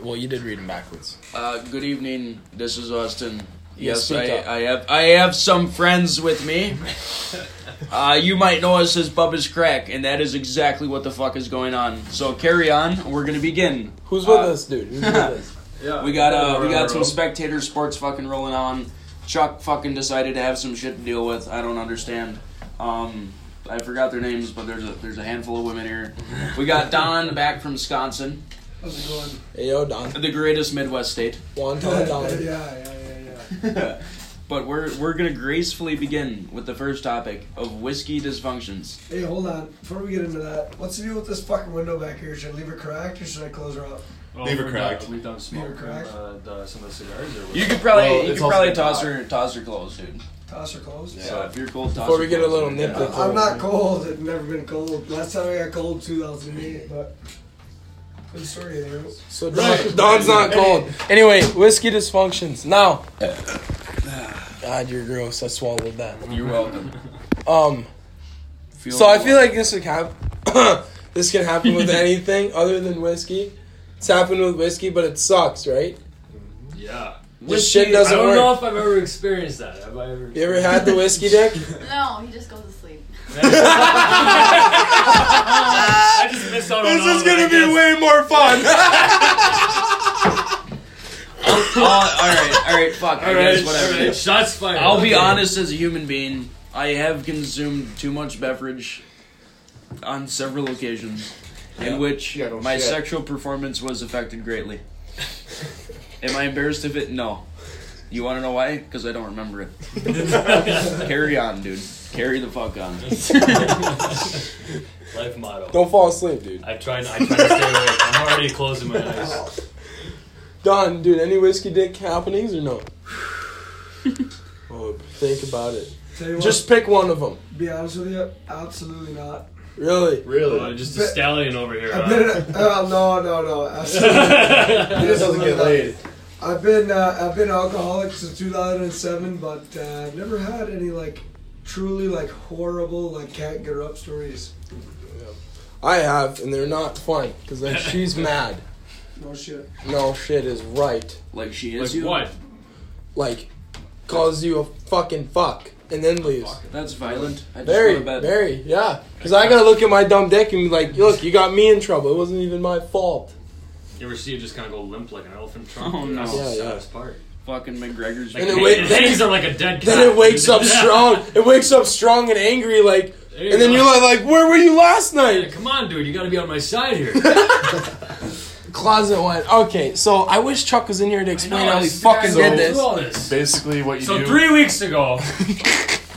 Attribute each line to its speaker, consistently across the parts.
Speaker 1: Well, you did read them backwards.
Speaker 2: Uh, good evening. This is Austin.
Speaker 1: Yeah,
Speaker 2: Yes,
Speaker 1: speak
Speaker 2: I,
Speaker 1: up.
Speaker 2: I have I have some friends with me. Uh, you might know us as Bubba's Crack, and that is exactly what the fuck is going on. So carry on. We're gonna begin.
Speaker 1: Who's with
Speaker 2: Uh,
Speaker 1: us, dude? Who's with us?
Speaker 3: Yeah.
Speaker 2: We got uh, we got some spectator sports fucking rolling on. Chuck fucking decided to have some shit to deal with. I don't understand. Um, I forgot their names, but there's a there's a handful of women here. We got Don back from Wisconsin,
Speaker 3: How's it going?
Speaker 1: Hey, yo, Don.
Speaker 2: the greatest Midwest state.
Speaker 1: Juan, tell
Speaker 3: yeah,
Speaker 1: Don.
Speaker 3: yeah, yeah, yeah.
Speaker 2: but we're we're gonna gracefully begin with the first topic of whiskey dysfunctions.
Speaker 3: Hey, hold on. Before we get into that, what's the deal with this fucking window back here? Should I leave her cracked or should I close her up?
Speaker 4: Well,
Speaker 5: Leave her
Speaker 4: we're
Speaker 5: cracked.
Speaker 4: done- We've done
Speaker 3: Leave
Speaker 4: smoke
Speaker 1: Oh,
Speaker 3: her
Speaker 4: from
Speaker 3: cracked.
Speaker 4: uh, the, some of the cigars. Or
Speaker 2: You could probably
Speaker 5: Well,
Speaker 2: you
Speaker 5: it's
Speaker 2: could
Speaker 5: also
Speaker 2: probably
Speaker 5: been
Speaker 2: toss
Speaker 5: hot.
Speaker 2: her toss her clothes, dude.
Speaker 3: Toss her closed?
Speaker 5: Yeah.
Speaker 2: So if you're cold, toss
Speaker 1: Before
Speaker 2: her
Speaker 1: we get a
Speaker 2: clothes,
Speaker 1: little
Speaker 2: dude.
Speaker 1: nip-
Speaker 3: I'm not cold. I've never been cold. Last time I got cold, 2008, but. Good story eh? there.
Speaker 1: So Don, Don's not cold. Anyway, whiskey dysfunctions. Now, God, you're gross. I swallowed that.
Speaker 2: You're welcome.
Speaker 1: Um,
Speaker 2: Feel
Speaker 1: so I
Speaker 2: the-
Speaker 1: feel like this would happen. this can happen with anything other than whiskey. It's happened with whiskey, but it sucks, right?
Speaker 4: Yeah.
Speaker 1: This shit doesn't
Speaker 4: I don't
Speaker 1: work.
Speaker 4: know if I've ever experienced that. Have I ever?
Speaker 1: You ever had the whiskey dick?
Speaker 6: No, he just goes to sleep.
Speaker 4: I just missed out on. all of it, I guess.
Speaker 1: way more fun.
Speaker 2: Oh, all right, all right, fuck. I
Speaker 4: All right,
Speaker 2: guess whatever.
Speaker 4: all right, Shots fired.
Speaker 2: I'll be
Speaker 4: Okay.
Speaker 2: honest as a human being. I have consumed too much beverage on several occasions,
Speaker 1: Yeah.
Speaker 2: in which
Speaker 1: Yeah, no
Speaker 2: my
Speaker 1: shit.
Speaker 2: sexual performance was affected greatly. Am I embarrassed of it? No. You want to know why? Because I don't remember it. Carry on, dude. Carry the fuck on.
Speaker 4: Life motto.
Speaker 1: Don't fall asleep, dude.
Speaker 4: I tried. I tried to stay awake. I'm already closing my eyes.
Speaker 1: Don, dude, any whiskey dick happenings or no? oh, think about it.
Speaker 3: Tell you what,
Speaker 1: Just pick one of them.
Speaker 3: be honest with you, absolutely not.
Speaker 1: Really?
Speaker 4: Oh,
Speaker 5: Really?
Speaker 4: just a stallion over here.
Speaker 3: I've been.
Speaker 4: Huh?
Speaker 3: in a- Oh no, no, no. Absolutely.
Speaker 4: yeah,
Speaker 5: He just doesn't get laid.
Speaker 3: I've been uh, I've been alcoholic since 2007, but uh, I've never had any like truly like horrible like can't get her up stories.
Speaker 1: I have, and they're not fun because then she's mad.
Speaker 3: No shit.
Speaker 1: No shit is right.
Speaker 2: Like she is
Speaker 4: Like
Speaker 2: you.
Speaker 4: what?
Speaker 1: Like, calls you a fucking fuck and then leaves.
Speaker 2: That's violent. I just
Speaker 1: Very,
Speaker 2: go to bed.
Speaker 1: very, yeah. Because I gotta look at my dumb dick and be like, look, you got me in trouble. It wasn't even my fault.
Speaker 4: You ever see it just kind of go limp like an elephant trunk?
Speaker 2: Oh, no.
Speaker 4: That's the
Speaker 1: Yeah, yeah.
Speaker 4: saddest part.
Speaker 2: Fucking McGregor's.
Speaker 4: Like,
Speaker 1: And it
Speaker 4: his-
Speaker 1: wa-
Speaker 4: his
Speaker 1: then
Speaker 4: hands
Speaker 1: it-
Speaker 4: are like a dead.
Speaker 1: Then
Speaker 4: cat.
Speaker 1: it wakes up strong. It wakes up strong and angry, like,
Speaker 4: There you
Speaker 1: and then
Speaker 4: go.
Speaker 1: you're like, like, where were you last
Speaker 4: Yeah,
Speaker 1: night?
Speaker 4: Come on, dude. You got to be on my side here.
Speaker 1: Closet one. Okay, so I wish Chuck was in here to explain how he fucking
Speaker 4: so,
Speaker 1: did this.
Speaker 5: Basically, what you
Speaker 4: So
Speaker 5: do.
Speaker 4: three weeks ago,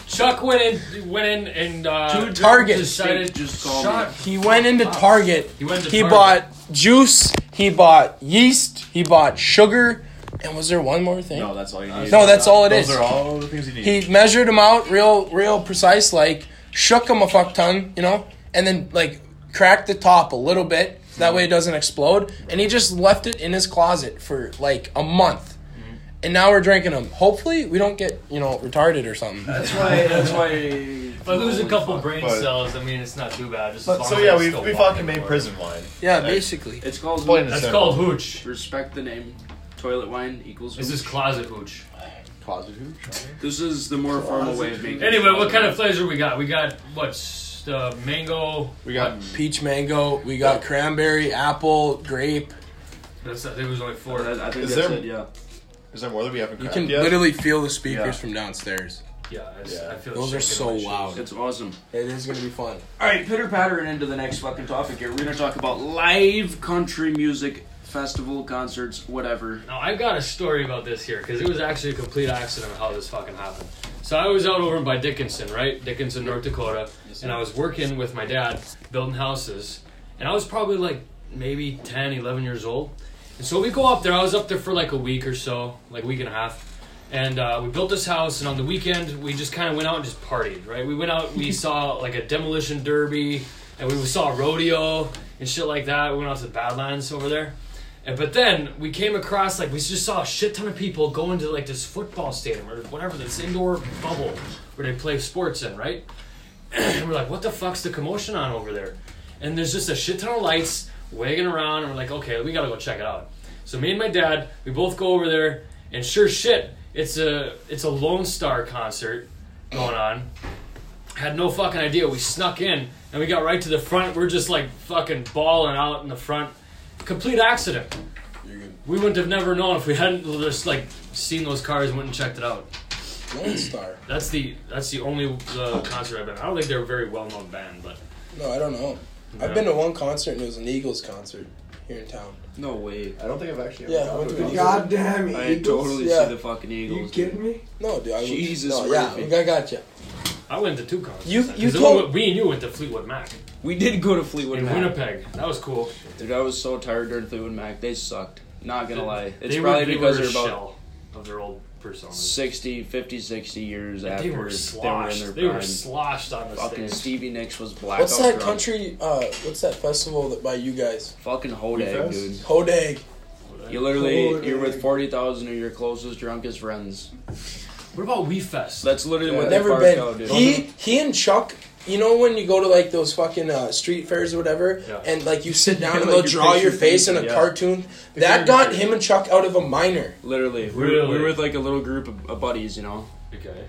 Speaker 4: Chuck went in, went in and uh,
Speaker 2: Dude,
Speaker 1: Target.
Speaker 4: decided
Speaker 2: Just call
Speaker 4: Shut
Speaker 2: me.
Speaker 1: He went into Target.
Speaker 4: He went to
Speaker 1: He
Speaker 4: Target.
Speaker 1: bought juice. He bought yeast. He bought sugar. And was there one more thing?
Speaker 5: No, that's all you need.
Speaker 1: No, that's all it
Speaker 5: Those
Speaker 1: is.
Speaker 5: are all the things you need.
Speaker 1: He measured them out real, real precise, like shook them a fuck ton, you know, and then like cracked the top a little bit. so That way it doesn't explode. And he just left it in his closet for like a month.
Speaker 5: Mm-hmm.
Speaker 1: And now we're drinking them. Hopefully, we don't get you know retarded or something.
Speaker 2: That's why. That's why. If
Speaker 4: If I lose a couple brain
Speaker 5: But-
Speaker 4: cells, I mean, it's not too bad. Just as
Speaker 5: But,
Speaker 4: long
Speaker 5: so
Speaker 4: as
Speaker 5: yeah,
Speaker 4: I'm
Speaker 5: we,
Speaker 4: still
Speaker 5: we
Speaker 4: walking
Speaker 5: fucking made
Speaker 4: forward.
Speaker 5: prison wine.
Speaker 1: Yeah,
Speaker 5: Like,
Speaker 1: basically.
Speaker 2: It's called.
Speaker 5: Plain and
Speaker 4: That's
Speaker 5: simple.
Speaker 4: called hooch.
Speaker 2: Respect the name. Toilet wine equals.
Speaker 4: This is closet hooch.
Speaker 2: This is the more formal way of making. it.
Speaker 4: Anyway, what kind of flavors we got? We got what's the mango?
Speaker 5: We got
Speaker 1: Peach, mango. We got cranberry, apple, grape.
Speaker 4: That's I think it was only four.
Speaker 2: I, I think
Speaker 5: Is
Speaker 2: that's
Speaker 5: there-
Speaker 2: it. Yeah.
Speaker 5: Is there more that we haven't
Speaker 1: You
Speaker 5: cracked
Speaker 1: can
Speaker 5: yet?
Speaker 1: literally feel the speakers
Speaker 5: Yeah.
Speaker 1: from downstairs.
Speaker 4: Yeah, it's,
Speaker 5: Yeah.
Speaker 4: I feel
Speaker 1: Those are
Speaker 4: shaking
Speaker 1: so
Speaker 4: in my shoes.
Speaker 1: loud.
Speaker 2: It's awesome.
Speaker 1: It is gonna be fun.
Speaker 2: All right, pitter pattering into the next fucking topic here. We're gonna talk about live country music festival concerts, whatever.
Speaker 4: Now I got a story about this here because it was actually a complete accident how this fucking happened. So I was out over by Dickinson, right? Dickinson, North Dakota, and I was working with my dad building houses, and I was probably like maybe 10, 11 years old. And so we go up there. I was up there for like a week or so, like week and a half. And uh, we built this house, and on the weekend we just kind of went out and just partied, right? We went out, we saw like a demolition derby, and we saw a rodeo and shit like that. We went out to the Badlands over there. And but then we came across like we just saw a shit ton of people go into like this football stadium or whatever this indoor bubble where they play sports in, right? and we're like, what the fuck's the commotion on over there? And there's just a shit ton of lights wagging around, and we're like, okay, we gotta go check it out. So me and my dad, we both go over there, and sure shit, it's a it's a Lone Star concert going on. Had no fucking idea. We snuck in and we got right to the front. We're just like fucking balling out in the front. Complete accident. We wouldn't have never known if we hadn't just like seen those cars and went and checked it out.
Speaker 1: Lone Star.
Speaker 4: That's the that's the only uh, concert I've been. I don't think they're a very well known band, but
Speaker 1: No, I don't know.
Speaker 4: Yeah.
Speaker 1: I've been to one concert and it was an Eagles concert here in town.
Speaker 2: No way.
Speaker 5: I don't think I've actually.
Speaker 1: Yeah,
Speaker 5: gone
Speaker 1: I went
Speaker 5: a
Speaker 1: to
Speaker 5: concert.
Speaker 1: God-
Speaker 3: Goddamn Eagles.
Speaker 2: I totally
Speaker 1: Yeah.
Speaker 2: see the fucking
Speaker 3: Are you
Speaker 2: Eagles.
Speaker 3: kidding me?
Speaker 1: No, dude. I
Speaker 2: Jesus,
Speaker 1: no, yeah,
Speaker 2: Murphy.
Speaker 1: I got you.
Speaker 4: I went to two concerts.
Speaker 1: You-
Speaker 4: Cause
Speaker 1: you
Speaker 4: the
Speaker 1: told-
Speaker 4: one- we and you went to Fleetwood Mac
Speaker 2: we did go to Fleetwood
Speaker 4: in
Speaker 2: Mac.
Speaker 4: Winnipeg. That was cool.
Speaker 2: Dude, I was so tired during Fleetwood Mac. They sucked. Not gonna lie. It's
Speaker 4: They were-
Speaker 2: probably
Speaker 4: they
Speaker 2: because
Speaker 4: were
Speaker 2: they're
Speaker 4: a
Speaker 2: about
Speaker 4: shell of their old personas.
Speaker 2: 60, 50, 60 years after
Speaker 4: They were sloshed. They were,
Speaker 2: in their prime.
Speaker 4: sloshed on the
Speaker 2: Fucking
Speaker 4: stage.
Speaker 2: Stevie Nicks was black.
Speaker 1: What's that
Speaker 2: drunk.
Speaker 1: country? Uh, what's that festival that by you guys?
Speaker 2: Fucking Hodag,
Speaker 5: Fest?
Speaker 2: dude.
Speaker 1: Hodag.
Speaker 2: You literally
Speaker 3: Hodag.
Speaker 2: you're with forty thousand of your closest drunkest friends.
Speaker 4: What about We Fest?
Speaker 2: That's literally what
Speaker 1: I've
Speaker 2: they
Speaker 1: never
Speaker 2: park
Speaker 1: been.
Speaker 2: out, dude.
Speaker 1: he he and Chuck. You know when you go to like those fucking uh, street fairs or whatever,
Speaker 4: Yeah.
Speaker 1: and like you sit down and
Speaker 2: Yeah, like
Speaker 1: they'll
Speaker 2: you
Speaker 1: draw
Speaker 2: picture
Speaker 1: your face in a
Speaker 2: things, yeah.
Speaker 1: cartoon.
Speaker 2: your
Speaker 1: That got
Speaker 2: picture.
Speaker 1: him and Chuck out of a minor.
Speaker 2: literally, we were, we
Speaker 4: Really?
Speaker 2: were with like a little group of, of buddies, you know.
Speaker 4: okay.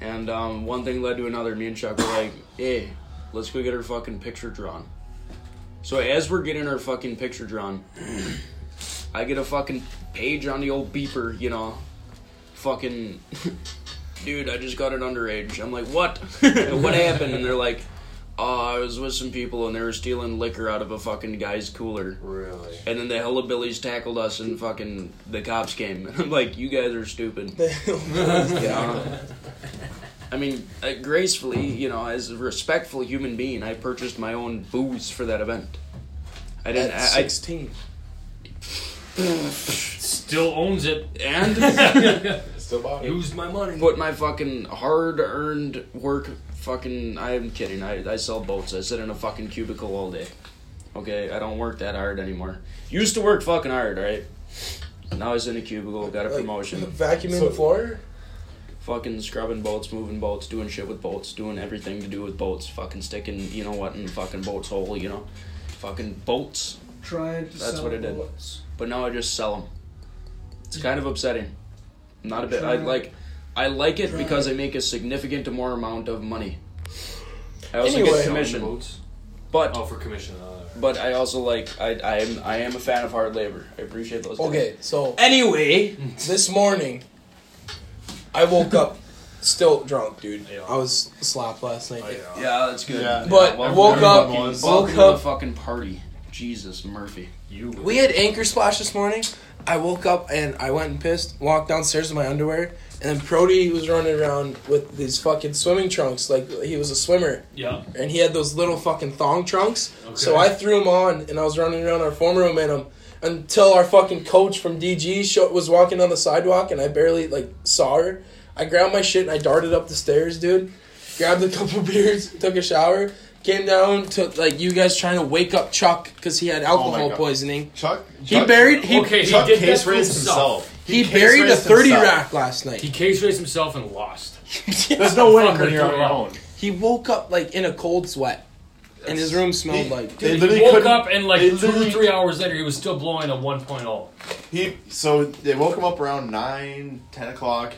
Speaker 2: And um, one thing led to another. Me and Chuck were like, "Hey, let's go get our fucking picture drawn." So as we're getting our fucking picture drawn, I get a fucking page on the old beeper, you know. Fucking dude, I just got it underage. I'm like, what? what happened? And they're like, oh, I was with some people and they were stealing liquor out of a fucking guy's cooler.
Speaker 4: Really?
Speaker 2: And then the hellabillies tackled us and fucking the cops came. I'm like, you guys are stupid.
Speaker 1: yeah.
Speaker 2: I mean, uh, gracefully, you know, as a respectful human being, I purchased my own booze for that event. I didn't.
Speaker 1: At
Speaker 2: I, I,
Speaker 1: sixteen.
Speaker 4: Still owns it.
Speaker 2: and
Speaker 5: Still bought it.
Speaker 4: Used my money.
Speaker 2: put my fucking hard-earned work. Fucking, I am kidding. I, I sell boats. I sit in a fucking cubicle all day. Okay, I don't work that hard anymore. Used to work fucking hard, right? Now I was in a cubicle, got a
Speaker 1: Like,
Speaker 2: promotion,
Speaker 1: Vacuuming
Speaker 5: So-
Speaker 1: the floor.
Speaker 2: fucking scrubbing boats, moving boats, doing shit with boats, doing everything to do with boats, fucking sticking, you know what, in the fucking boat's hole, you know, fucking boats.
Speaker 3: Trying to
Speaker 2: That's
Speaker 3: sell
Speaker 2: what it did.
Speaker 3: bullets.
Speaker 2: but now I just sell them. It's kind of upsetting. Not a bit. I
Speaker 3: Try.
Speaker 2: like, I like it because I make a significant more amount of money. I also
Speaker 1: Anyway.
Speaker 2: get commission,
Speaker 4: Boats.
Speaker 2: but
Speaker 4: Oh, for commission. Uh,
Speaker 2: but I also like I I am I am a fan of hard labor. I appreciate those. guys.
Speaker 1: Okay, so
Speaker 2: Anyway,
Speaker 4: Mm,
Speaker 1: this morning, I woke up still drunk, dude.
Speaker 4: Yeah. Oh,
Speaker 1: I was slapped last night.
Speaker 2: yeah, that's good.
Speaker 5: Yeah.
Speaker 1: But
Speaker 5: Yeah,
Speaker 1: woke up,
Speaker 5: everyone was.
Speaker 2: Welcome
Speaker 1: woke
Speaker 2: to the
Speaker 1: up,
Speaker 2: fucking party, Jesus Murphy.
Speaker 4: you.
Speaker 1: We had anchor splash this morning. I woke up and I went and pissed, walked downstairs in my underwear, and then Prody was running around with these fucking swimming trunks like he was a swimmer.
Speaker 4: Yeah.
Speaker 1: And he had those little fucking thong trunks. So
Speaker 4: Okay.
Speaker 1: I threw them on and I was running around our form room in them until our fucking coach from DG show, was walking on the sidewalk and I barely like saw her. I grabbed my shit and I darted up the stairs, dude. Grabbed a couple beers, took a shower, came down to like you guys trying to wake up Chuck because he had alcohol
Speaker 5: God.
Speaker 1: poisoning.
Speaker 5: Chuck.
Speaker 1: He buried he
Speaker 4: Okay, he
Speaker 5: Chuck
Speaker 4: did
Speaker 5: case
Speaker 4: that
Speaker 5: raised
Speaker 4: himself.
Speaker 5: himself.
Speaker 1: he,
Speaker 5: case
Speaker 1: buried a
Speaker 5: raised
Speaker 1: 30
Speaker 5: himself.
Speaker 1: rack last night.
Speaker 4: He case raced himself and lost.
Speaker 5: There's no winning
Speaker 4: Fucker
Speaker 5: when you're on
Speaker 4: threw
Speaker 5: your
Speaker 4: up.
Speaker 5: own.
Speaker 1: He woke up like in a cold sweat. And his room smelled like
Speaker 5: They
Speaker 4: He
Speaker 5: literally
Speaker 4: woke
Speaker 5: couldn't-
Speaker 4: up and like
Speaker 5: they
Speaker 4: two or
Speaker 5: literally-
Speaker 4: three hours later, he was still blowing a oh. 1.0.
Speaker 5: He so they woke him up around nine, ten o'clock.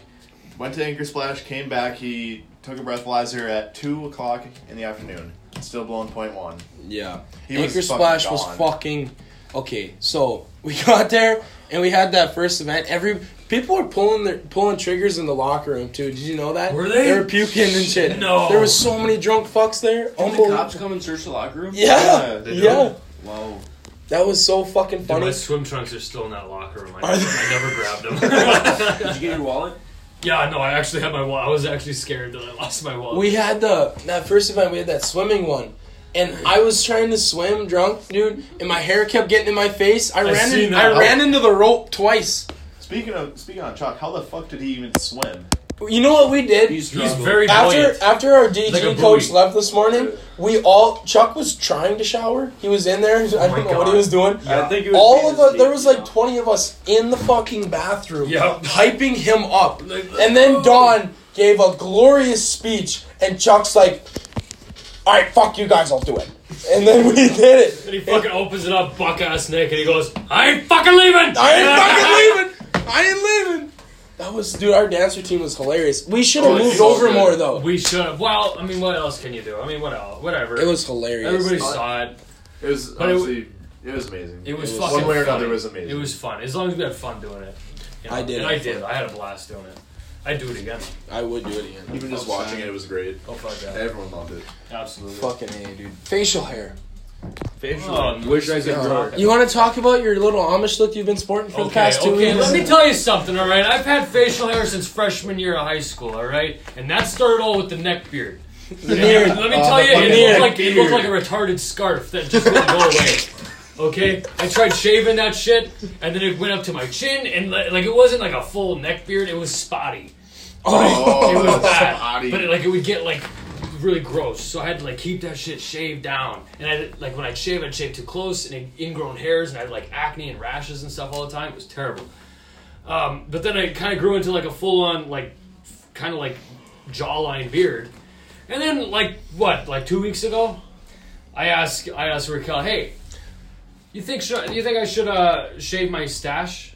Speaker 5: Went to Anchor Splash, came back. He took a breathalyzer at two o'clock in the afternoon. Still blowing point one.
Speaker 1: Yeah.
Speaker 5: He was
Speaker 1: Anchor Splash
Speaker 5: fucking
Speaker 1: was
Speaker 5: gone.
Speaker 1: fucking okay. So we got there and we had that first event. Every people were pulling their pulling triggers in the locker room too. Did you know that?
Speaker 4: Were they?
Speaker 1: They were puking and shit.
Speaker 4: No.
Speaker 1: There was so many drunk fucks there.
Speaker 2: Did the
Speaker 1: Unbelievable.
Speaker 2: cops come and search the locker room?
Speaker 5: Yeah,
Speaker 1: Yeah.
Speaker 5: they did.
Speaker 1: Yeah.
Speaker 2: Wow.
Speaker 1: That was so fucking
Speaker 4: Dude, my
Speaker 1: funny.
Speaker 4: swim trunks are still in that locker room. I
Speaker 1: Are
Speaker 4: never, I never grabbed them.
Speaker 2: Did you get your wallet?
Speaker 4: yeah, no, I actually had my wallet. I was actually scared that I lost my wallet.
Speaker 1: We had the that first event. We had that swimming one, and I was trying to swim drunk, dude, and my hair kept getting in my face. I,
Speaker 4: I
Speaker 1: ran.
Speaker 4: seen
Speaker 1: In,
Speaker 4: that.
Speaker 1: I ran into the rope twice.
Speaker 5: Speaking of speaking on Chuck, how the fuck did he even swim?
Speaker 1: You know what we did?
Speaker 2: He's
Speaker 4: He's
Speaker 2: drunk.
Speaker 4: very
Speaker 1: After
Speaker 4: buoyant.
Speaker 1: after our
Speaker 4: Like
Speaker 1: DG
Speaker 4: a
Speaker 1: coach
Speaker 4: buoy.
Speaker 1: left this morning, we all Chuck was trying to shower. He was in there. I don't
Speaker 4: Oh my
Speaker 1: know what
Speaker 4: God.
Speaker 1: he was doing.
Speaker 2: I think it was
Speaker 1: All of
Speaker 2: Peter's
Speaker 1: the, there
Speaker 2: knee,
Speaker 1: was
Speaker 2: you
Speaker 1: like
Speaker 2: know.
Speaker 1: twenty of us in the fucking bathroom,
Speaker 4: Yep.
Speaker 1: hyping him up.
Speaker 4: Like,
Speaker 1: And then
Speaker 4: "Oh."
Speaker 1: Don gave a glorious speech, and Chuck's like, "All right, fuck you guys, I'll do it." And then we did it.
Speaker 4: And he fucking opens it up, buck ass Nick, and he goes, I ain't fucking leaving!
Speaker 1: I ain't fucking leaving. I ain't leaving. That was, dude. Our dance routine was hilarious. We should have
Speaker 5: Oh, it's
Speaker 1: moved
Speaker 5: so
Speaker 1: over
Speaker 5: good.
Speaker 1: more though.
Speaker 4: We should have. Well, I mean, what else can you do? I mean, what else? Whatever.
Speaker 1: It was hilarious.
Speaker 4: Everybody saw it.
Speaker 5: It was
Speaker 4: But it w-
Speaker 5: honestly, it was amazing.
Speaker 4: It was,
Speaker 1: It was-
Speaker 4: fucking
Speaker 5: one way or another,
Speaker 4: funny.
Speaker 5: it was amazing.
Speaker 4: It was fun. As long as we had fun doing it. You know?
Speaker 1: I did
Speaker 4: And
Speaker 1: have
Speaker 4: I did. I had a blast doing it. I'd do it again.
Speaker 1: I would do it again.
Speaker 5: Even just watching it, it was great.
Speaker 4: Oh fuck that.
Speaker 5: Everyone loved it.
Speaker 4: Absolutely.
Speaker 1: Fucking a, dude. Facial hair.
Speaker 4: Oh, wish I could
Speaker 1: Uh, you want to talk about your little Amish look you've been sporting for the
Speaker 4: Okay,
Speaker 1: past two
Speaker 4: okay.
Speaker 1: weeks?
Speaker 4: Let me tell you something, all right? I've had facial hair since freshman year of high school, all right? And that started all with the neck beard.
Speaker 1: The uh, beard.
Speaker 4: Let me
Speaker 5: Oh,
Speaker 4: tell
Speaker 5: the
Speaker 4: you,
Speaker 5: fucking
Speaker 4: it
Speaker 1: neck
Speaker 4: looked, like, it looked like a retarded scarf that just wouldn't go away. Okay, I tried shaving that shit, and then it went up to my chin, and li- like it wasn't like a full neck beard; it was spotty.
Speaker 5: Oh,
Speaker 4: It was bad,
Speaker 5: spotty.
Speaker 4: but it, like it would get like really gross. So I had to like keep that shit shaved down, and I like when I would shave, I'd shave too close, and it- ingrown hairs, and I had like acne and rashes and stuff all the time. It was terrible. Um, but then I kind of grew into like a full on like kind of like jawline beard. And then like what, like two weeks ago, I asked I asked Raquel, hey, you think should, you think I should uh, shave my stash?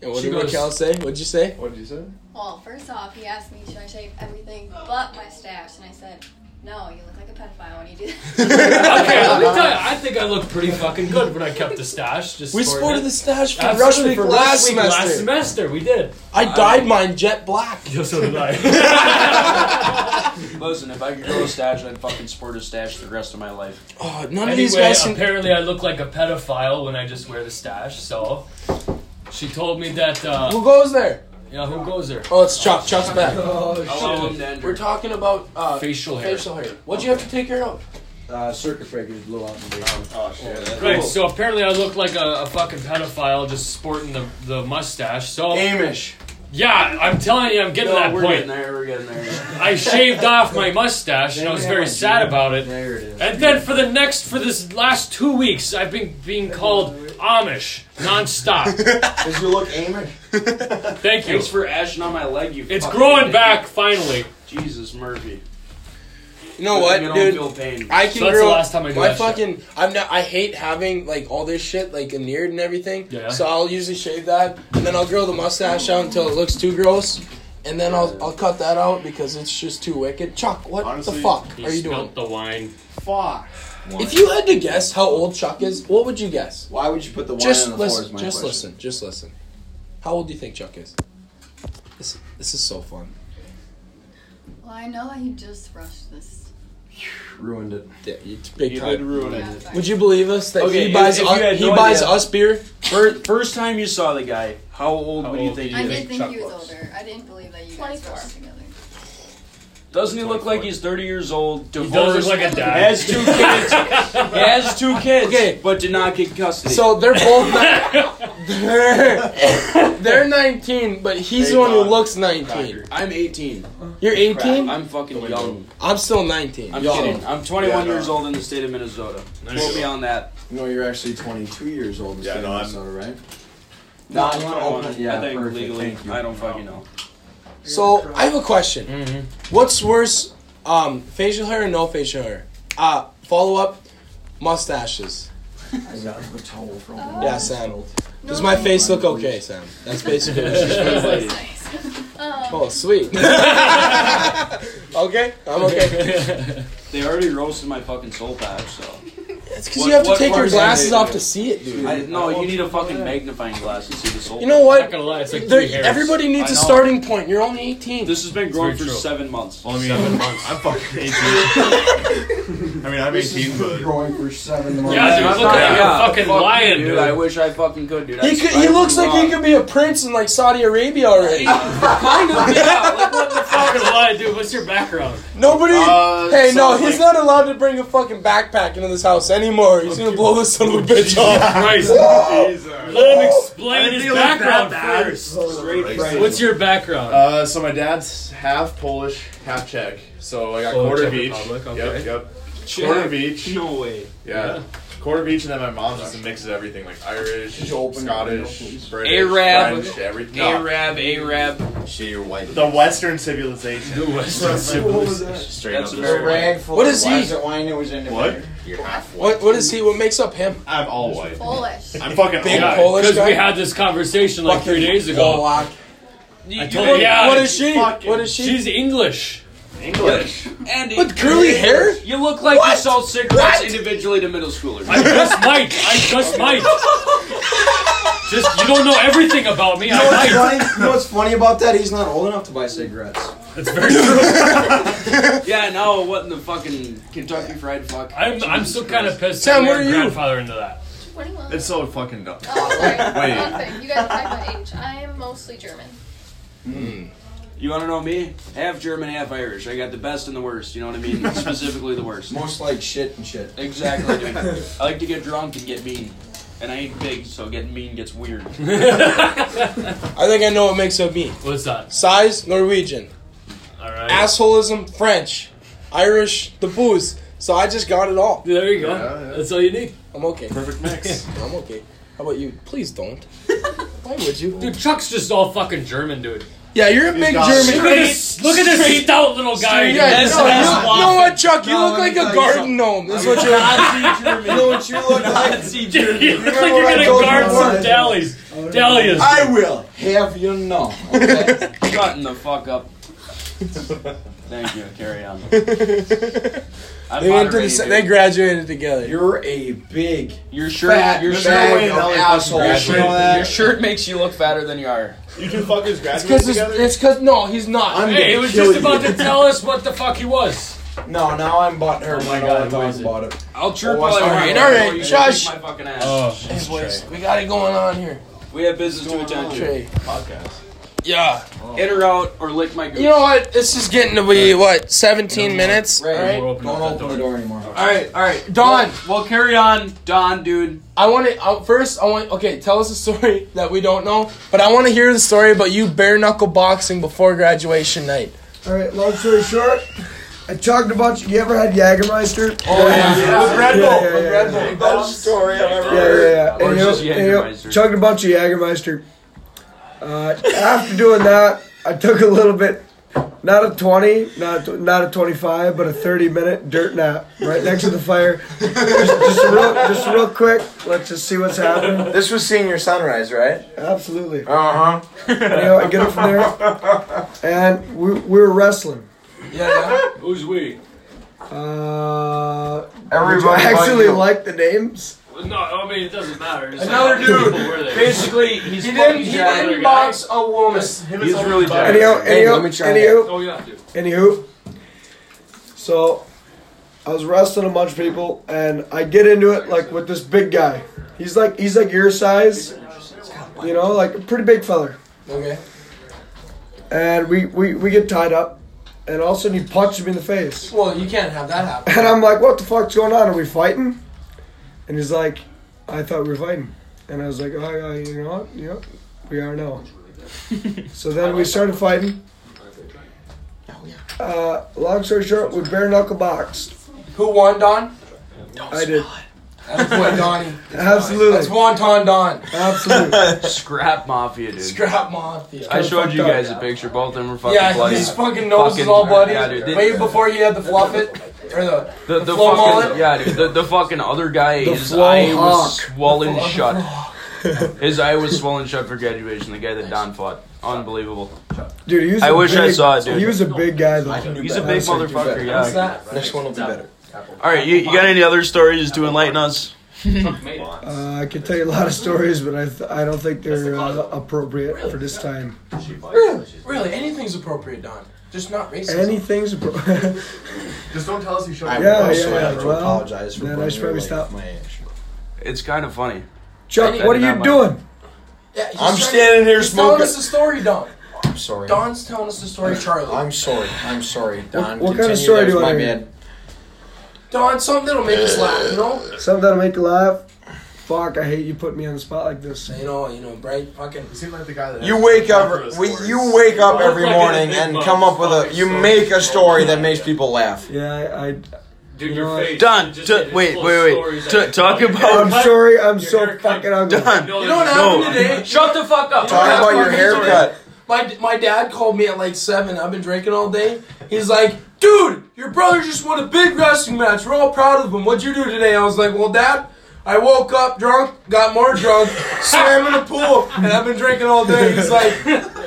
Speaker 1: And what
Speaker 4: She
Speaker 1: did
Speaker 4: goes-
Speaker 1: Raquel say? What'd you say?
Speaker 5: What did you say?
Speaker 6: Well, first off, he asked me, should I shave everything but my stash? And I said, no, you look like a pedophile when you do that.
Speaker 4: Okay, let me tell you, I think I looked pretty fucking good when I kept the stash. Just
Speaker 1: We
Speaker 4: for
Speaker 1: sported
Speaker 4: it.
Speaker 1: the stash for Rush
Speaker 4: Absolutely,
Speaker 1: Week
Speaker 4: for
Speaker 1: last
Speaker 4: Rush Week
Speaker 1: semester.
Speaker 4: Last semester, we did.
Speaker 1: I dyed mine jet black.
Speaker 4: Yes, so did I.
Speaker 2: Listen, if I could grow a stash, I'd fucking sport a stash the rest of my life.
Speaker 1: Oh, none of these
Speaker 4: anyway,
Speaker 1: guys can.
Speaker 4: apparently I look like a pedophile when I just wear the stash. So she told me that. Uh,
Speaker 1: Who goes there?
Speaker 4: yeah, who goes there?
Speaker 1: Oh, it's Chuck. Chuck's back.
Speaker 3: Oh,
Speaker 2: Um,
Speaker 1: We're talking about uh,
Speaker 4: Facial hair.
Speaker 1: facial hair. What'd you have to take care of?
Speaker 3: shit. Uh, circuit breakers blew out in the basement.
Speaker 5: Oh shit.
Speaker 4: Right, so apparently I look like a, a fucking pedophile just sporting the, the mustache. So
Speaker 1: Amish.
Speaker 4: yeah, I'm telling you, I'm getting
Speaker 2: No,
Speaker 4: to that
Speaker 2: we're
Speaker 4: point.
Speaker 2: getting there. We're getting there.
Speaker 4: I shaved off my mustache and I was very sad about it.
Speaker 3: There it is.
Speaker 4: And then for the next for this last two weeks, I've been being called Amish nonstop.
Speaker 3: Does your look Amish?
Speaker 4: Thank you.
Speaker 2: Thanks for ashing on my leg. You.
Speaker 4: It's
Speaker 2: fucking
Speaker 4: growing
Speaker 2: idiot.
Speaker 4: back finally.
Speaker 2: Jesus Murphy.
Speaker 1: You know what,
Speaker 2: You don't
Speaker 1: dude?
Speaker 2: feel pain.
Speaker 1: I can
Speaker 4: So that's the
Speaker 1: grow.
Speaker 4: last time I do
Speaker 1: my
Speaker 4: that shit.
Speaker 1: fucking. I'm not. I hate having like all this shit like veneered and everything.
Speaker 4: Yeah.
Speaker 1: So I'll usually shave that, and then I'll grow the mustache out until it looks too gross, and then I'll I'll cut that out because it's just too wicked. Chuck, what the
Speaker 5: Honestly,
Speaker 1: fuck
Speaker 4: He
Speaker 1: are you doing?
Speaker 4: smelt the wine.
Speaker 5: Fuck.
Speaker 1: If you had to guess how old Chuck is, what would you guess?
Speaker 7: Why would you put the wine
Speaker 1: just
Speaker 7: on the floor? Is
Speaker 1: listen.
Speaker 7: my
Speaker 1: Just
Speaker 7: question.
Speaker 1: listen. Just listen. How old do you think Chuck is? This this is so fun.
Speaker 6: well, I know that you just rushed this.
Speaker 7: Ruined it.
Speaker 1: Yeah, it's big
Speaker 5: You did
Speaker 1: time.
Speaker 5: ruin it.
Speaker 6: Yeah, sorry.
Speaker 1: Would you believe us that
Speaker 2: Okay,
Speaker 1: he
Speaker 2: if-
Speaker 1: buys
Speaker 2: if you
Speaker 1: us,
Speaker 2: had
Speaker 1: he
Speaker 2: no
Speaker 1: buys
Speaker 2: idea-
Speaker 1: us beer?
Speaker 2: First, first time you saw the guy, how old
Speaker 4: How
Speaker 2: would you
Speaker 4: old
Speaker 2: think
Speaker 4: do
Speaker 2: he
Speaker 6: I
Speaker 4: you
Speaker 2: is?
Speaker 6: did think
Speaker 4: Chuck
Speaker 6: he was
Speaker 4: looks?
Speaker 6: older. I didn't believe that you guys
Speaker 8: 24.
Speaker 6: rushed together.
Speaker 2: Doesn't he look like he's 30 years old,
Speaker 4: He does look
Speaker 2: divorced,
Speaker 4: like a dad.
Speaker 2: has two kids, has two kids,
Speaker 1: Okay.
Speaker 2: but did not get custody?
Speaker 1: So they're both ni- they're, they're 19, but he's the one who looks 19.
Speaker 2: I'm 18.
Speaker 1: You're 18?
Speaker 2: I'm fucking young.
Speaker 1: I'm still 19.
Speaker 2: I'm
Speaker 1: Y'all-
Speaker 2: kidding. I'm 21
Speaker 5: Yeah, no.
Speaker 2: years old in the state of Minnesota.
Speaker 4: Nice.
Speaker 2: Quote me on that.
Speaker 7: No, you're actually 22 years old.
Speaker 5: Yeah,
Speaker 7: Yeah,
Speaker 5: no,
Speaker 7: no,
Speaker 5: I'm-
Speaker 7: Minnesota, right?
Speaker 2: No,
Speaker 7: you wanna open it?
Speaker 2: I
Speaker 7: Yeah,
Speaker 2: think
Speaker 7: perfect.
Speaker 2: legally.
Speaker 7: Thank you.
Speaker 2: I don't fucking know.
Speaker 1: So I have a question. What's worse, um, facial hair or no facial hair? Uh, follow up, mustaches.
Speaker 7: I got a towel from.
Speaker 6: Oh.
Speaker 1: Yeah, Sam. Does my face look okay, Sam? That's basically what she
Speaker 6: That's nice. um,
Speaker 1: Oh, sweet. okay, I'm okay.
Speaker 2: They already roasted my fucking soul patch, so.
Speaker 1: It's because
Speaker 2: What-
Speaker 1: you have to
Speaker 2: what
Speaker 1: take your
Speaker 2: works on
Speaker 1: glasses
Speaker 2: you?
Speaker 1: off to see it, dude.
Speaker 2: I, no, you need a fucking magnifying glass to see the soul
Speaker 1: You know
Speaker 4: I'm not
Speaker 1: what?
Speaker 4: gonna lie, it's like
Speaker 1: There-
Speaker 4: three hairs.
Speaker 1: everybody needs
Speaker 2: I
Speaker 1: a
Speaker 2: know.
Speaker 1: starting point. You're only 18.
Speaker 2: This has been growing
Speaker 4: very
Speaker 2: for
Speaker 4: true.
Speaker 2: seven months.
Speaker 5: Well, I mean,
Speaker 4: Seven months.
Speaker 5: I'm fucking 18. I mean, I'm 18, but
Speaker 7: growing for seven months.
Speaker 4: Yeah, dude,
Speaker 2: I'm
Speaker 4: look
Speaker 2: not-
Speaker 4: like a
Speaker 2: yeah,
Speaker 4: fucking
Speaker 2: fuck you,
Speaker 4: lion, dude.
Speaker 2: I wish I fucking could, dude. I
Speaker 1: He, could, he
Speaker 2: aspire
Speaker 1: looks
Speaker 2: to
Speaker 1: like he
Speaker 2: rock.
Speaker 1: could be a prince in like Saudi Arabia already.
Speaker 2: Kind of, yeah. Like, what the
Speaker 4: I'm not gonna lie, dude. What's your background?
Speaker 1: Nobody.
Speaker 5: Uh,
Speaker 1: hey, no,
Speaker 5: sounds
Speaker 1: he's
Speaker 5: like-
Speaker 1: not allowed to bring a fucking backpack into this house anymore. He's gonna blow this son of a bitch off.
Speaker 4: Christ,
Speaker 5: Jesus. Oh.
Speaker 4: let him explain his
Speaker 5: feel like that
Speaker 4: background
Speaker 5: bad.
Speaker 4: first.
Speaker 5: Straight
Speaker 4: What's your background?
Speaker 5: Uh, so my dad's half Polish, half Czech. So I got
Speaker 4: Oh,
Speaker 5: quarter
Speaker 4: Czech
Speaker 5: of each.
Speaker 4: Republic,
Speaker 5: Yep,
Speaker 4: okay.
Speaker 5: yep. Quarter of each.
Speaker 2: No way.
Speaker 5: Yeah. quarter of each, and then my mom just mixes everything like Irish,
Speaker 7: Just open it,
Speaker 5: Scottish,
Speaker 7: please.
Speaker 5: British,
Speaker 2: Arab.
Speaker 5: French, everything. No,
Speaker 2: Arab, Arab.
Speaker 8: Shit, you're white.
Speaker 5: the Western civilization.
Speaker 4: New West.
Speaker 3: What was that?
Speaker 8: Straight
Speaker 2: That's
Speaker 8: up
Speaker 2: a
Speaker 8: just
Speaker 2: very-
Speaker 8: white.
Speaker 7: Rag full
Speaker 1: What
Speaker 7: of
Speaker 1: is he?
Speaker 7: glass of wine that was in the
Speaker 5: What?
Speaker 7: bag.
Speaker 8: You're half white.
Speaker 1: What what is he? What makes up him?
Speaker 5: I'm all white.
Speaker 6: Polish.
Speaker 5: I'm fucking
Speaker 1: Big
Speaker 5: all white.
Speaker 1: Polish
Speaker 4: Because
Speaker 1: guy.
Speaker 4: we had this conversation like three days ago.
Speaker 1: Polak.
Speaker 4: I
Speaker 1: What-
Speaker 4: told you, yeah,
Speaker 1: what is she?
Speaker 5: fucking-
Speaker 1: What is she?
Speaker 4: she's English.
Speaker 5: English.
Speaker 2: Andy,
Speaker 1: with curly hair.
Speaker 2: you look like you
Speaker 1: What?
Speaker 2: sold cigarettes
Speaker 1: What?
Speaker 2: individually to middle schoolers.
Speaker 4: I just might. I just might. Just you don't know everything about me. I
Speaker 7: What's
Speaker 4: might.
Speaker 7: funny, you know what's funny about that? He's not old enough to buy cigarettes.
Speaker 4: That's very true.
Speaker 2: yeah, no, what in the fucking Kentucky Fried Fuck?
Speaker 4: I'm, I'm
Speaker 2: Jesus
Speaker 4: still kind
Speaker 2: Christ.
Speaker 4: of pissed.
Speaker 1: Sam,
Speaker 4: I
Speaker 1: where
Speaker 4: married
Speaker 1: are you?
Speaker 4: Grandfather into that.
Speaker 6: Twenty-one.
Speaker 5: It's so fucking dumb.
Speaker 6: Oh, sorry.
Speaker 5: Wait.
Speaker 6: One thing. You guys are talking about age. I am mostly German.
Speaker 2: You want to know me? Half German, half Irish. I got the best and the worst. You know what I mean? Specifically the worst.
Speaker 7: Most like shit and shit.
Speaker 2: Exactly, dude. I like to get drunk and get mean. And I ain't big, so getting mean gets weird.
Speaker 1: I think I know what makes up me.
Speaker 4: What's that?
Speaker 1: Size Norwegian.
Speaker 4: All right.
Speaker 1: Assholism French. Irish the booze. So I just got it all.
Speaker 4: there you go.
Speaker 5: Yeah, yeah.
Speaker 4: That's all you need.
Speaker 1: I'm okay.
Speaker 5: Perfect mix.
Speaker 1: I'm okay. How about you? Please don't. Why would you?
Speaker 4: Dude, Chuck's just all fucking German, dude.
Speaker 1: Yeah, you're a big
Speaker 4: Look at
Speaker 1: German.
Speaker 4: this, look at this stout little guy.
Speaker 1: Yeah, no, you,
Speaker 4: Yes, yes,
Speaker 1: you know what, Chuck? You
Speaker 7: No,
Speaker 1: look
Speaker 7: let
Speaker 1: like
Speaker 7: me tell
Speaker 1: a
Speaker 7: you
Speaker 1: garden
Speaker 7: something.
Speaker 1: gnome. That's what you're.
Speaker 7: You know what you look like?
Speaker 4: Dude, you look like
Speaker 7: Remember what
Speaker 4: you're gonna
Speaker 7: I told you
Speaker 4: guard some
Speaker 7: before?
Speaker 4: dallies. Dahlias.
Speaker 7: I will have you know. Okay?
Speaker 2: Shutting the fuck up. Thank you. Carry on. I
Speaker 1: They went to the.
Speaker 2: moderated,
Speaker 1: sa-
Speaker 2: dude.
Speaker 1: They graduated together.
Speaker 7: You're a big
Speaker 2: Your shirt,
Speaker 7: fat
Speaker 2: your
Speaker 7: bag
Speaker 2: shirt,
Speaker 5: Wayne
Speaker 7: of
Speaker 5: Elliott
Speaker 7: asshole.
Speaker 5: fucking
Speaker 7: You know
Speaker 5: graduated.
Speaker 2: your
Speaker 7: that?
Speaker 2: shirt makes you look fatter than you are.
Speaker 5: You two fuckers graduated
Speaker 1: Because it's
Speaker 5: together.
Speaker 1: it's because no, he's not.
Speaker 7: I'm
Speaker 4: Hey, he
Speaker 7: gonna
Speaker 4: was
Speaker 7: kill
Speaker 4: just
Speaker 7: you.
Speaker 4: about to tell us what the fuck he was.
Speaker 7: No, now I'm butthurt.
Speaker 4: Oh
Speaker 7: Oh
Speaker 4: my
Speaker 7: my
Speaker 4: God,
Speaker 7: god,
Speaker 4: who
Speaker 7: talking
Speaker 4: is it?
Speaker 7: about it.
Speaker 2: I'll chirp
Speaker 7: Oh,
Speaker 2: while I
Speaker 7: all
Speaker 2: ride.
Speaker 7: right,
Speaker 1: all right, shush.
Speaker 2: My fucking ass.
Speaker 5: Oh,
Speaker 1: Anyways, we got it going on here.
Speaker 2: we have business to attend to.
Speaker 1: Trey.
Speaker 5: podcast.
Speaker 1: Yeah.
Speaker 2: In or out, or lick my goose.
Speaker 1: You know what? This is getting to be what 17 minutes. All
Speaker 7: Ray,
Speaker 1: right.
Speaker 7: don't open the door anymore.
Speaker 2: All right, all right.
Speaker 1: Don.
Speaker 2: Well, well, carry on, Don, dude.
Speaker 1: I want to uh, first. I want okay. Tell us a story that we don't know, but I want to hear the story about you bare knuckle boxing before graduation night.
Speaker 3: All right. Long story short, I talked about you. You ever had Jagermeister?
Speaker 7: Oh, yeah.
Speaker 5: With Red
Speaker 3: Yeah,
Speaker 5: Bull.
Speaker 3: yeah,
Speaker 5: With
Speaker 3: yeah,
Speaker 5: Red
Speaker 3: yeah.
Speaker 5: Bull.
Speaker 7: Best story I've ever
Speaker 3: Yeah, yeah,
Speaker 7: heard.
Speaker 3: yeah.
Speaker 2: Or
Speaker 3: And, you know,
Speaker 2: just
Speaker 3: and, you know,
Speaker 2: Jägermeister.
Speaker 3: chugged a bunch of Jagermeister. Uh, after doing that, I took a little bit, not a 20, not a, tw- not a 25, but a 30 minute dirt nap right next to the fire. Just, just, real, just real quick, let's just see what's happening.
Speaker 7: This was seeing your sunrise, right?
Speaker 3: Absolutely.
Speaker 7: Uh huh.
Speaker 3: You know, I get up from there, and we, we were wrestling.
Speaker 4: Who's we?
Speaker 3: Uh,
Speaker 7: Everybody
Speaker 3: I actually
Speaker 7: like
Speaker 3: like the names.
Speaker 4: No, I mean it doesn't matter. It's
Speaker 1: Another
Speaker 4: not-
Speaker 1: dude.
Speaker 4: people were there.
Speaker 2: Basically, he's fucking jacked.
Speaker 4: didn't box
Speaker 1: a woman.
Speaker 2: He's really jacked.
Speaker 3: Anyhow,
Speaker 7: Hey,
Speaker 3: anyhow,
Speaker 7: let me try
Speaker 3: anyhow,
Speaker 4: Oh yeah, dude.
Speaker 3: Anywho, so I was wrestling a bunch of people, and I get into it like with this big guy. He's like he's like your size, you know, like a pretty big feller.
Speaker 1: Okay.
Speaker 3: And we we, we get tied up, and all of a sudden he punches me in the face,
Speaker 1: Well, you can't have that happen.
Speaker 3: and I'm like, what the fuck's going on? Are we fighting? And he's like, I thought we were fighting, and I was like, oh yeah, you know what, you know, we are now. so then we started fighting.
Speaker 7: Oh,
Speaker 3: Uh, long story short, we bare knuckle boxed.
Speaker 1: Who won, Don?
Speaker 7: Oh,
Speaker 3: I did.
Speaker 1: That's boy Donnie. That's
Speaker 3: Absolutely.
Speaker 1: wonton Don.
Speaker 3: Absolutely.
Speaker 2: Scrap mafia, dude.
Speaker 1: Scrap mafia.
Speaker 2: I showed you
Speaker 3: fucked up.
Speaker 2: guys a picture. Both of them were fucking
Speaker 1: yeah,
Speaker 2: bloody.
Speaker 1: his fucking nose is
Speaker 2: Fucking-
Speaker 1: all bloody.
Speaker 2: yeah, dude, they-
Speaker 1: Way before you had the fluff it or the
Speaker 2: The, the,
Speaker 1: The flow
Speaker 2: fucking
Speaker 1: mullet?
Speaker 2: yeah, dude. The, the fucking other guy, his
Speaker 3: flow
Speaker 2: eye was
Speaker 3: hawk.
Speaker 2: swollen shut. His eye was swollen shut for graduation. The guy that Don fought, unbelievable.
Speaker 3: Dude, he was
Speaker 2: I
Speaker 3: a
Speaker 2: wish I
Speaker 3: big-
Speaker 2: saw it, dude.
Speaker 3: He was a big guy, though.
Speaker 2: He's a big
Speaker 7: Absolutely.
Speaker 2: motherfucker.
Speaker 1: what's
Speaker 2: Yeah.
Speaker 1: that?
Speaker 7: Next one will be better.
Speaker 2: All right, you, you got any other stories to enlighten us?
Speaker 3: Uh, I could tell you a lot of stories, but I, th- I don't think they're uh, appropriate for this time.
Speaker 1: Really, really, anything's appropriate, Don. Just not racism.
Speaker 3: Anything's appropriate.
Speaker 5: Just don't tell us you showed
Speaker 7: I
Speaker 5: up.
Speaker 3: Yeah,
Speaker 7: will also
Speaker 3: yeah,
Speaker 7: have to
Speaker 3: well,
Speaker 7: apologize for
Speaker 3: then I
Speaker 7: bringing
Speaker 3: should
Speaker 7: your
Speaker 3: probably
Speaker 7: life
Speaker 3: stop.
Speaker 7: my ass.
Speaker 2: It's kind of funny.
Speaker 3: Chuck,
Speaker 1: Any-
Speaker 3: what are
Speaker 2: Not
Speaker 3: you
Speaker 2: mine.
Speaker 3: doing?
Speaker 1: Yeah, he's
Speaker 7: I'm
Speaker 1: trying-
Speaker 7: standing here
Speaker 1: he's Telling
Speaker 7: smoking.
Speaker 1: us the story, Don.
Speaker 7: I'm sorry.
Speaker 1: Don's telling us the story, Charlie.
Speaker 7: I'm sorry. I'm sorry. Don,
Speaker 3: what kind of
Speaker 7: continue.
Speaker 3: story
Speaker 7: That
Speaker 3: do
Speaker 7: was
Speaker 3: I
Speaker 7: my
Speaker 3: hear?
Speaker 7: bad.
Speaker 1: Don, something that'll make us laugh, you know?
Speaker 3: Something that'll make you laugh? Fuck, I hate you putting me on the spot like this.
Speaker 1: You know, you know, bright fucking.
Speaker 5: You seem like the guy that.
Speaker 7: You wake up. We, you wake up
Speaker 4: Well,
Speaker 7: every
Speaker 4: fucking
Speaker 7: morning
Speaker 4: big
Speaker 7: and
Speaker 4: mug.
Speaker 7: come up with a. You
Speaker 4: Fucking
Speaker 7: make a
Speaker 4: story.
Speaker 7: story that makes people laugh.
Speaker 3: Yeah, I, I,
Speaker 4: Dude,
Speaker 3: know
Speaker 4: your
Speaker 3: what?
Speaker 4: face.
Speaker 2: Done.
Speaker 4: Just-
Speaker 2: Done.
Speaker 4: it's
Speaker 2: Wait,
Speaker 4: full
Speaker 2: wait,
Speaker 4: of
Speaker 2: wait.
Speaker 4: stories
Speaker 2: Ta-
Speaker 4: that-
Speaker 2: talk
Speaker 4: Your
Speaker 2: about-
Speaker 3: I'm
Speaker 4: haircut-
Speaker 3: sorry. I'm
Speaker 4: your
Speaker 3: so
Speaker 4: haircut-
Speaker 3: fucking hungry.
Speaker 2: Done.
Speaker 4: No,
Speaker 1: You know what
Speaker 4: no.
Speaker 1: happened
Speaker 2: No.
Speaker 1: today? Shut the fuck up.
Speaker 7: Talk about your haircut.
Speaker 1: My, my dad called me at like 7. I've been drinking all day. He's like, dude, your brother just won a big wrestling match. We're all proud of him. What'd you do today? I was like, well, dad, I woke up drunk, got more drunk, swam in the pool, and I've been drinking all day. He's like,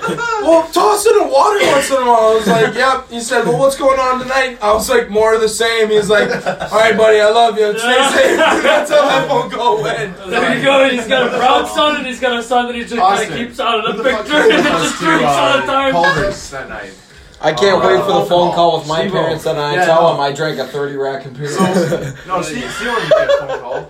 Speaker 1: well, toss in the water once in a while. I was like, yep. He said, well, what's going on tonight? I was like, more of the same. He's like, all right, buddy, I love you. Stay safe. That's how that won't go away.
Speaker 4: There you go. He's got a proud son, and he's got a son that he just kind
Speaker 5: Austin,
Speaker 4: of keeps out of the
Speaker 5: Who the fuck
Speaker 4: picture and
Speaker 5: took us
Speaker 4: just
Speaker 5: to,
Speaker 4: drinks all the
Speaker 5: uh,
Speaker 4: time.
Speaker 5: Culver's that night.
Speaker 7: I can't
Speaker 5: Uh,
Speaker 7: wait
Speaker 4: Oh.
Speaker 7: for the phone call with my
Speaker 5: Steve-O.
Speaker 7: parents and I
Speaker 5: Yeah,
Speaker 7: tell
Speaker 5: no.
Speaker 7: them I drank a 30 rack of beer.
Speaker 5: No, Steve, Steve didn't get a phone call.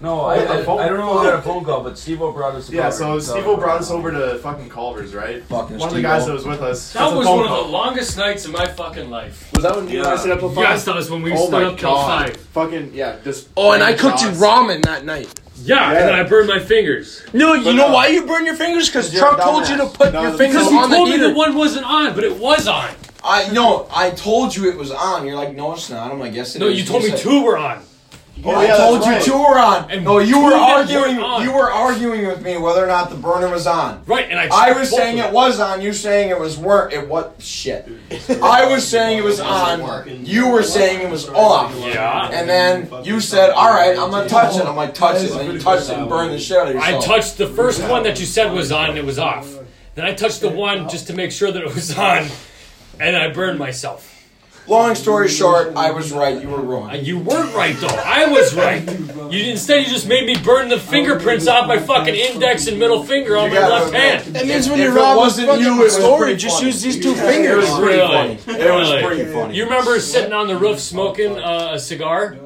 Speaker 8: No, I,
Speaker 5: Oh,
Speaker 8: I,
Speaker 5: the phone-
Speaker 8: I don't know about a phone call, but Steve-O brought us.
Speaker 5: Yeah,
Speaker 8: over,
Speaker 5: so Steve brought us over to fucking Culver's, right?
Speaker 7: Fucking
Speaker 5: one of the
Speaker 7: Steve-O.
Speaker 5: guys that was with us.
Speaker 4: That
Speaker 5: a
Speaker 4: was
Speaker 5: phone
Speaker 4: one of
Speaker 5: call.
Speaker 4: the longest nights of my fucking life.
Speaker 5: Was that when you and I
Speaker 2: Yeah.
Speaker 5: set up a phone?
Speaker 4: Yes, that was when we
Speaker 5: oh
Speaker 4: stood
Speaker 5: my
Speaker 4: up till
Speaker 5: god!
Speaker 4: five.
Speaker 5: Fucking yeah, just.
Speaker 1: Oh, and I cooked you
Speaker 5: Jaws.
Speaker 1: ramen that night.
Speaker 4: Yeah,
Speaker 5: Yeah.
Speaker 4: and then I burned my fingers.
Speaker 1: No, you
Speaker 5: But,
Speaker 1: know
Speaker 5: uh,
Speaker 1: why you burn your fingers? Because
Speaker 5: you're
Speaker 1: Trump
Speaker 5: a
Speaker 1: told
Speaker 5: dumbass.
Speaker 1: you to put
Speaker 5: No,
Speaker 1: your
Speaker 5: the-
Speaker 1: fingers
Speaker 4: Because
Speaker 5: he
Speaker 4: you
Speaker 1: on the
Speaker 4: told me
Speaker 1: heater.
Speaker 4: the one wasn't on, but it was on.
Speaker 7: I no, I told you it was on. You're like, no, it's not. I'm like, yes, it
Speaker 4: No,
Speaker 7: is."
Speaker 4: you told me
Speaker 7: said-
Speaker 4: two were on.
Speaker 5: Oh,
Speaker 7: I
Speaker 5: yeah,
Speaker 7: told
Speaker 5: that's
Speaker 7: you
Speaker 5: right.
Speaker 7: two were on.
Speaker 4: And
Speaker 7: no, you were
Speaker 4: two of them
Speaker 7: arguing.
Speaker 4: were on.
Speaker 7: You were arguing with me whether or not the burner was on.
Speaker 4: Right, and I.
Speaker 7: I
Speaker 4: checked
Speaker 7: was
Speaker 4: both
Speaker 7: saying
Speaker 4: of
Speaker 7: it
Speaker 4: them.
Speaker 7: was on. You saying it was weren't. It what shit? I was saying it was on. You were saying it was off.
Speaker 4: Yeah.
Speaker 7: And then you said, "All right, I'm gonna touch it." I'm like, "Touch it," and then you touched it and burned the shit out of
Speaker 4: I
Speaker 7: yourself.
Speaker 4: touched the first one that you said was on and it was off. Then I touched the one just to make sure that it was on, and I burned myself.
Speaker 7: Long story short, I was right. You were wrong.
Speaker 4: Uh, You weren't right though. I was right. You instead you just made me burn the fingerprints off my fucking index and middle finger on
Speaker 7: You
Speaker 4: my
Speaker 7: got
Speaker 4: left
Speaker 7: it.
Speaker 4: hand.
Speaker 1: That means when
Speaker 7: If
Speaker 1: you
Speaker 7: it
Speaker 1: rob a
Speaker 7: wasn't you, it
Speaker 1: fucking
Speaker 7: was
Speaker 1: story,
Speaker 7: pretty
Speaker 1: just
Speaker 7: funny.
Speaker 1: use these two
Speaker 7: It
Speaker 1: fingers.
Speaker 7: was pretty
Speaker 4: Really?
Speaker 7: funny. It was
Speaker 4: Really?
Speaker 7: pretty funny.
Speaker 4: You remember sitting on the roof smoking uh, a cigar?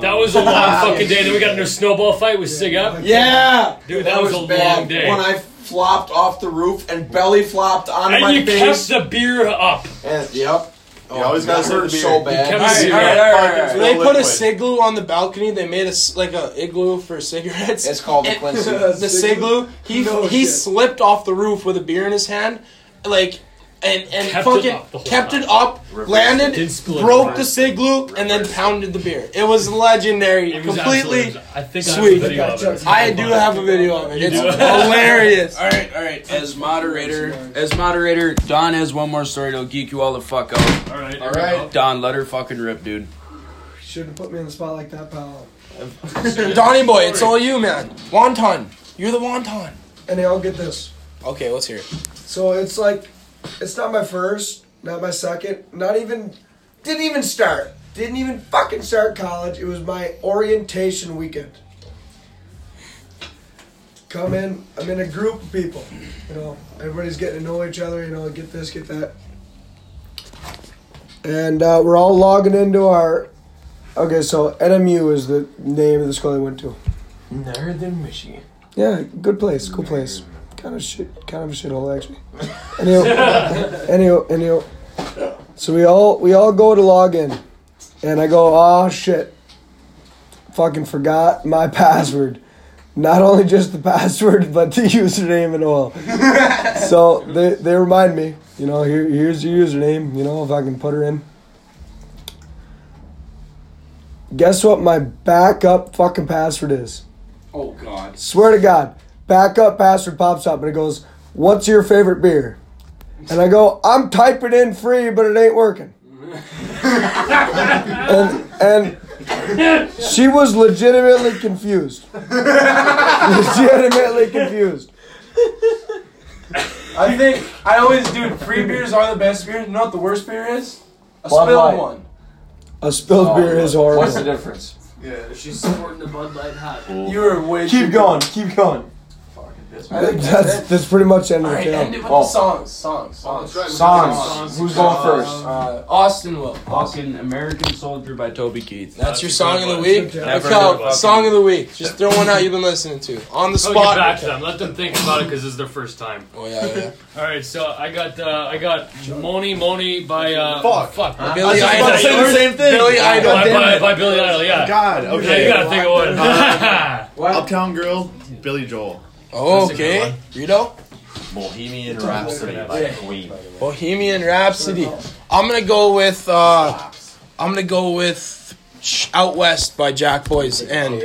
Speaker 4: That was a long fucking day. Then we got into a snowball fight with Sig Up.
Speaker 7: Yeah,
Speaker 4: Dude, that was a long day.
Speaker 7: When I flopped off the roof and belly flopped on my
Speaker 4: And you kept
Speaker 7: face.
Speaker 4: the beer up.
Speaker 7: And- yep. Oh,
Speaker 5: You always
Speaker 7: that
Speaker 5: gotta save
Speaker 7: hurt
Speaker 5: the beer.
Speaker 7: so
Speaker 5: You
Speaker 7: bad.
Speaker 4: kept-
Speaker 1: All right,
Speaker 4: Yeah.
Speaker 1: all right, all right, all right.
Speaker 5: Fucking
Speaker 1: They
Speaker 5: slow
Speaker 1: put a
Speaker 5: liquid.
Speaker 1: sigloo on the balcony. They made a s- like a igloo for cigarettes.
Speaker 7: It's called the
Speaker 1: And
Speaker 7: Quincy.
Speaker 1: The sigloo. He
Speaker 3: No
Speaker 1: he
Speaker 3: shit.
Speaker 1: slipped off the roof with a beer in his hand, like. And, and
Speaker 4: Kept it
Speaker 1: fucking
Speaker 4: up the whole
Speaker 1: kept
Speaker 4: time.
Speaker 1: it up, landed,
Speaker 4: Didn't spill it.
Speaker 1: broke the sigloo, and then pounded the beer. It was legendary.
Speaker 4: It was
Speaker 1: Completely,
Speaker 4: absolutely- I think
Speaker 1: sweet.
Speaker 4: I have a video of it.
Speaker 1: I do have a video of it. It's
Speaker 4: do?
Speaker 1: hilarious.
Speaker 2: All right, all right. As moderator, as moderator, Don has one more story that'll geek you all the fuck out.
Speaker 4: All right.
Speaker 5: All right.
Speaker 2: Don, let her fucking rip, dude.
Speaker 3: Shouldn't put me on the spot like that, pal.
Speaker 1: Donnie boy, it's all you, man. Wonton, you're the wonton.
Speaker 3: And they all get this.
Speaker 1: Okay, let's hear it.
Speaker 3: So it's like, it's not my first, not my second, not even, didn't even start. Didn't even fucking start college. It was my orientation weekend. Come in, I'm in a group of people. You know, everybody's getting to know each other, you know, get this, get that. And uh, we're all logging into our. Okay, so NMU is the name of the school I went to.
Speaker 7: Northern Michigan.
Speaker 3: Yeah, good place, cool place. Kind of shit, kind of a shithole actually. Anyhow, anyhow, anyhow. So we all we all go to log in, and I go, oh shit, fucking forgot my password. Not only just the password, but the username and all. so they, they remind me, you know, here here's your username. You know, if I can put her in. Guess what my backup fucking password is.
Speaker 2: Oh God.
Speaker 3: Swear to God, backup password pops up and it goes, "What's your favorite beer?" And I go, "I'm typing in free, but it ain't working." and and she was legitimately confused. legitimately confused.
Speaker 1: I think I always do. Free beers are the best beers. You know what the worst beer is? A
Speaker 7: Bud
Speaker 1: spilled
Speaker 7: Light.
Speaker 1: one.
Speaker 3: A spilled beer is
Speaker 7: Oh, What's the
Speaker 3: horrible.
Speaker 7: difference?
Speaker 8: She's supporting the Bud Light hot.
Speaker 1: You were way. too
Speaker 7: Keep going. Keep going.
Speaker 1: I think that's
Speaker 3: That's
Speaker 1: it.
Speaker 3: that's pretty much the end
Speaker 1: All
Speaker 3: of the
Speaker 1: right, end it
Speaker 3: tale.
Speaker 1: with
Speaker 7: Oh.
Speaker 1: the songs. Songs. Songs.
Speaker 7: Songs. Who's going first?
Speaker 1: Uh, Austin will.
Speaker 2: Fucking American Soldier by Toby Keith.
Speaker 1: That's
Speaker 4: That's
Speaker 1: your
Speaker 4: a
Speaker 1: song
Speaker 4: good
Speaker 1: of the
Speaker 4: one.
Speaker 1: week.
Speaker 4: Never
Speaker 1: Look
Speaker 4: heard
Speaker 1: out,
Speaker 4: of
Speaker 1: song
Speaker 4: it.
Speaker 1: of the week. Just throw one out you've been listening to on the
Speaker 4: I'll get back
Speaker 1: spot.
Speaker 4: to them. Let them think about it because it's their first time.
Speaker 1: Oh yeah, yeah.
Speaker 4: All right, so I got uh, I got Moni Moni by uh,
Speaker 5: Fuck.
Speaker 4: fuck
Speaker 1: Billy
Speaker 5: I was about to say
Speaker 1: Idol.
Speaker 5: the same thing.
Speaker 1: Billy Idol.
Speaker 4: by,
Speaker 5: damn
Speaker 4: by,
Speaker 5: it.
Speaker 4: by Billy Idol. Yeah,
Speaker 5: God,
Speaker 4: Yeah,
Speaker 5: okay.
Speaker 4: you gotta think of one.
Speaker 5: Uptown Girl, Billy Joel.
Speaker 1: Oh,
Speaker 4: That's a good
Speaker 1: okay. Rito.
Speaker 8: Bohemian Rhapsody by Queen.
Speaker 1: Bohemian Rhapsody. I'm gonna go with uh, I'm gonna go with Sh- Out West by Jack Boys and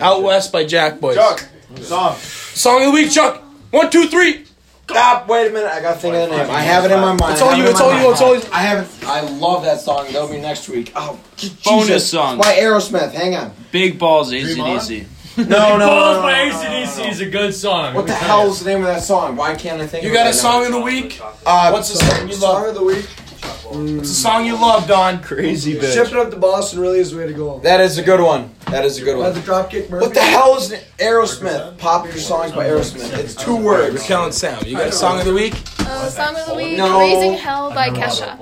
Speaker 1: Out West by Jack Boys.
Speaker 5: Chuck, song.
Speaker 1: Song of the week, Chuck. One, two, three.
Speaker 7: Stop! Wait a minute. I gotta think of the name. I have it in my mind.
Speaker 1: It's all
Speaker 7: I
Speaker 1: you,
Speaker 7: have it in
Speaker 1: it's
Speaker 7: my
Speaker 1: all you,
Speaker 7: mind.
Speaker 1: it's all you.
Speaker 7: I haven't. I love that song. That'll be next week. Oh, j- Jesus.
Speaker 2: Bonus song.
Speaker 7: By Aerosmith. Hang on.
Speaker 2: Big balls,
Speaker 5: on?
Speaker 2: ACDC.
Speaker 7: Oh, No, no,
Speaker 4: Balls by ACDC is a good song.
Speaker 7: What the hell's the name of that song? Why can't I think?
Speaker 1: You
Speaker 7: of
Speaker 1: got
Speaker 7: it
Speaker 1: a
Speaker 7: right
Speaker 1: song of the week?
Speaker 7: Now? Uh,
Speaker 1: What's the song you love?
Speaker 7: of the week?
Speaker 1: What's the song you love, Don?
Speaker 2: Crazy
Speaker 3: Shipping up to Boston really is the way to go.
Speaker 7: That is a good one. That is a good
Speaker 3: By
Speaker 7: one.
Speaker 3: the Dropkick Murphys.
Speaker 7: What the hell is Aerosmith? Popular songs by Aerosmith. It's two words.
Speaker 1: Count Sam. You got a song of the week?
Speaker 9: Uh, song of the week,
Speaker 7: No.
Speaker 9: Raising Hell by Kesha.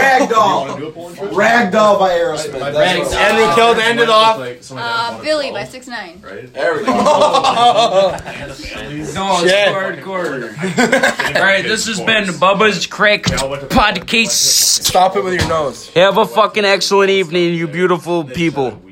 Speaker 7: Ragdoll.
Speaker 5: Do a Polish trip?
Speaker 7: Ragdoll by Aerosmith. That's what-
Speaker 1: Henry Kill to end it off.
Speaker 6: Uh, Billy by Six Nine.
Speaker 7: There we go.
Speaker 2: No, it's
Speaker 1: Shit.
Speaker 2: hard quarter. All right, this has been Bubba's Craig podcast.
Speaker 1: Stop it with your nose.
Speaker 2: Have a fucking excellent evening, you beautiful people.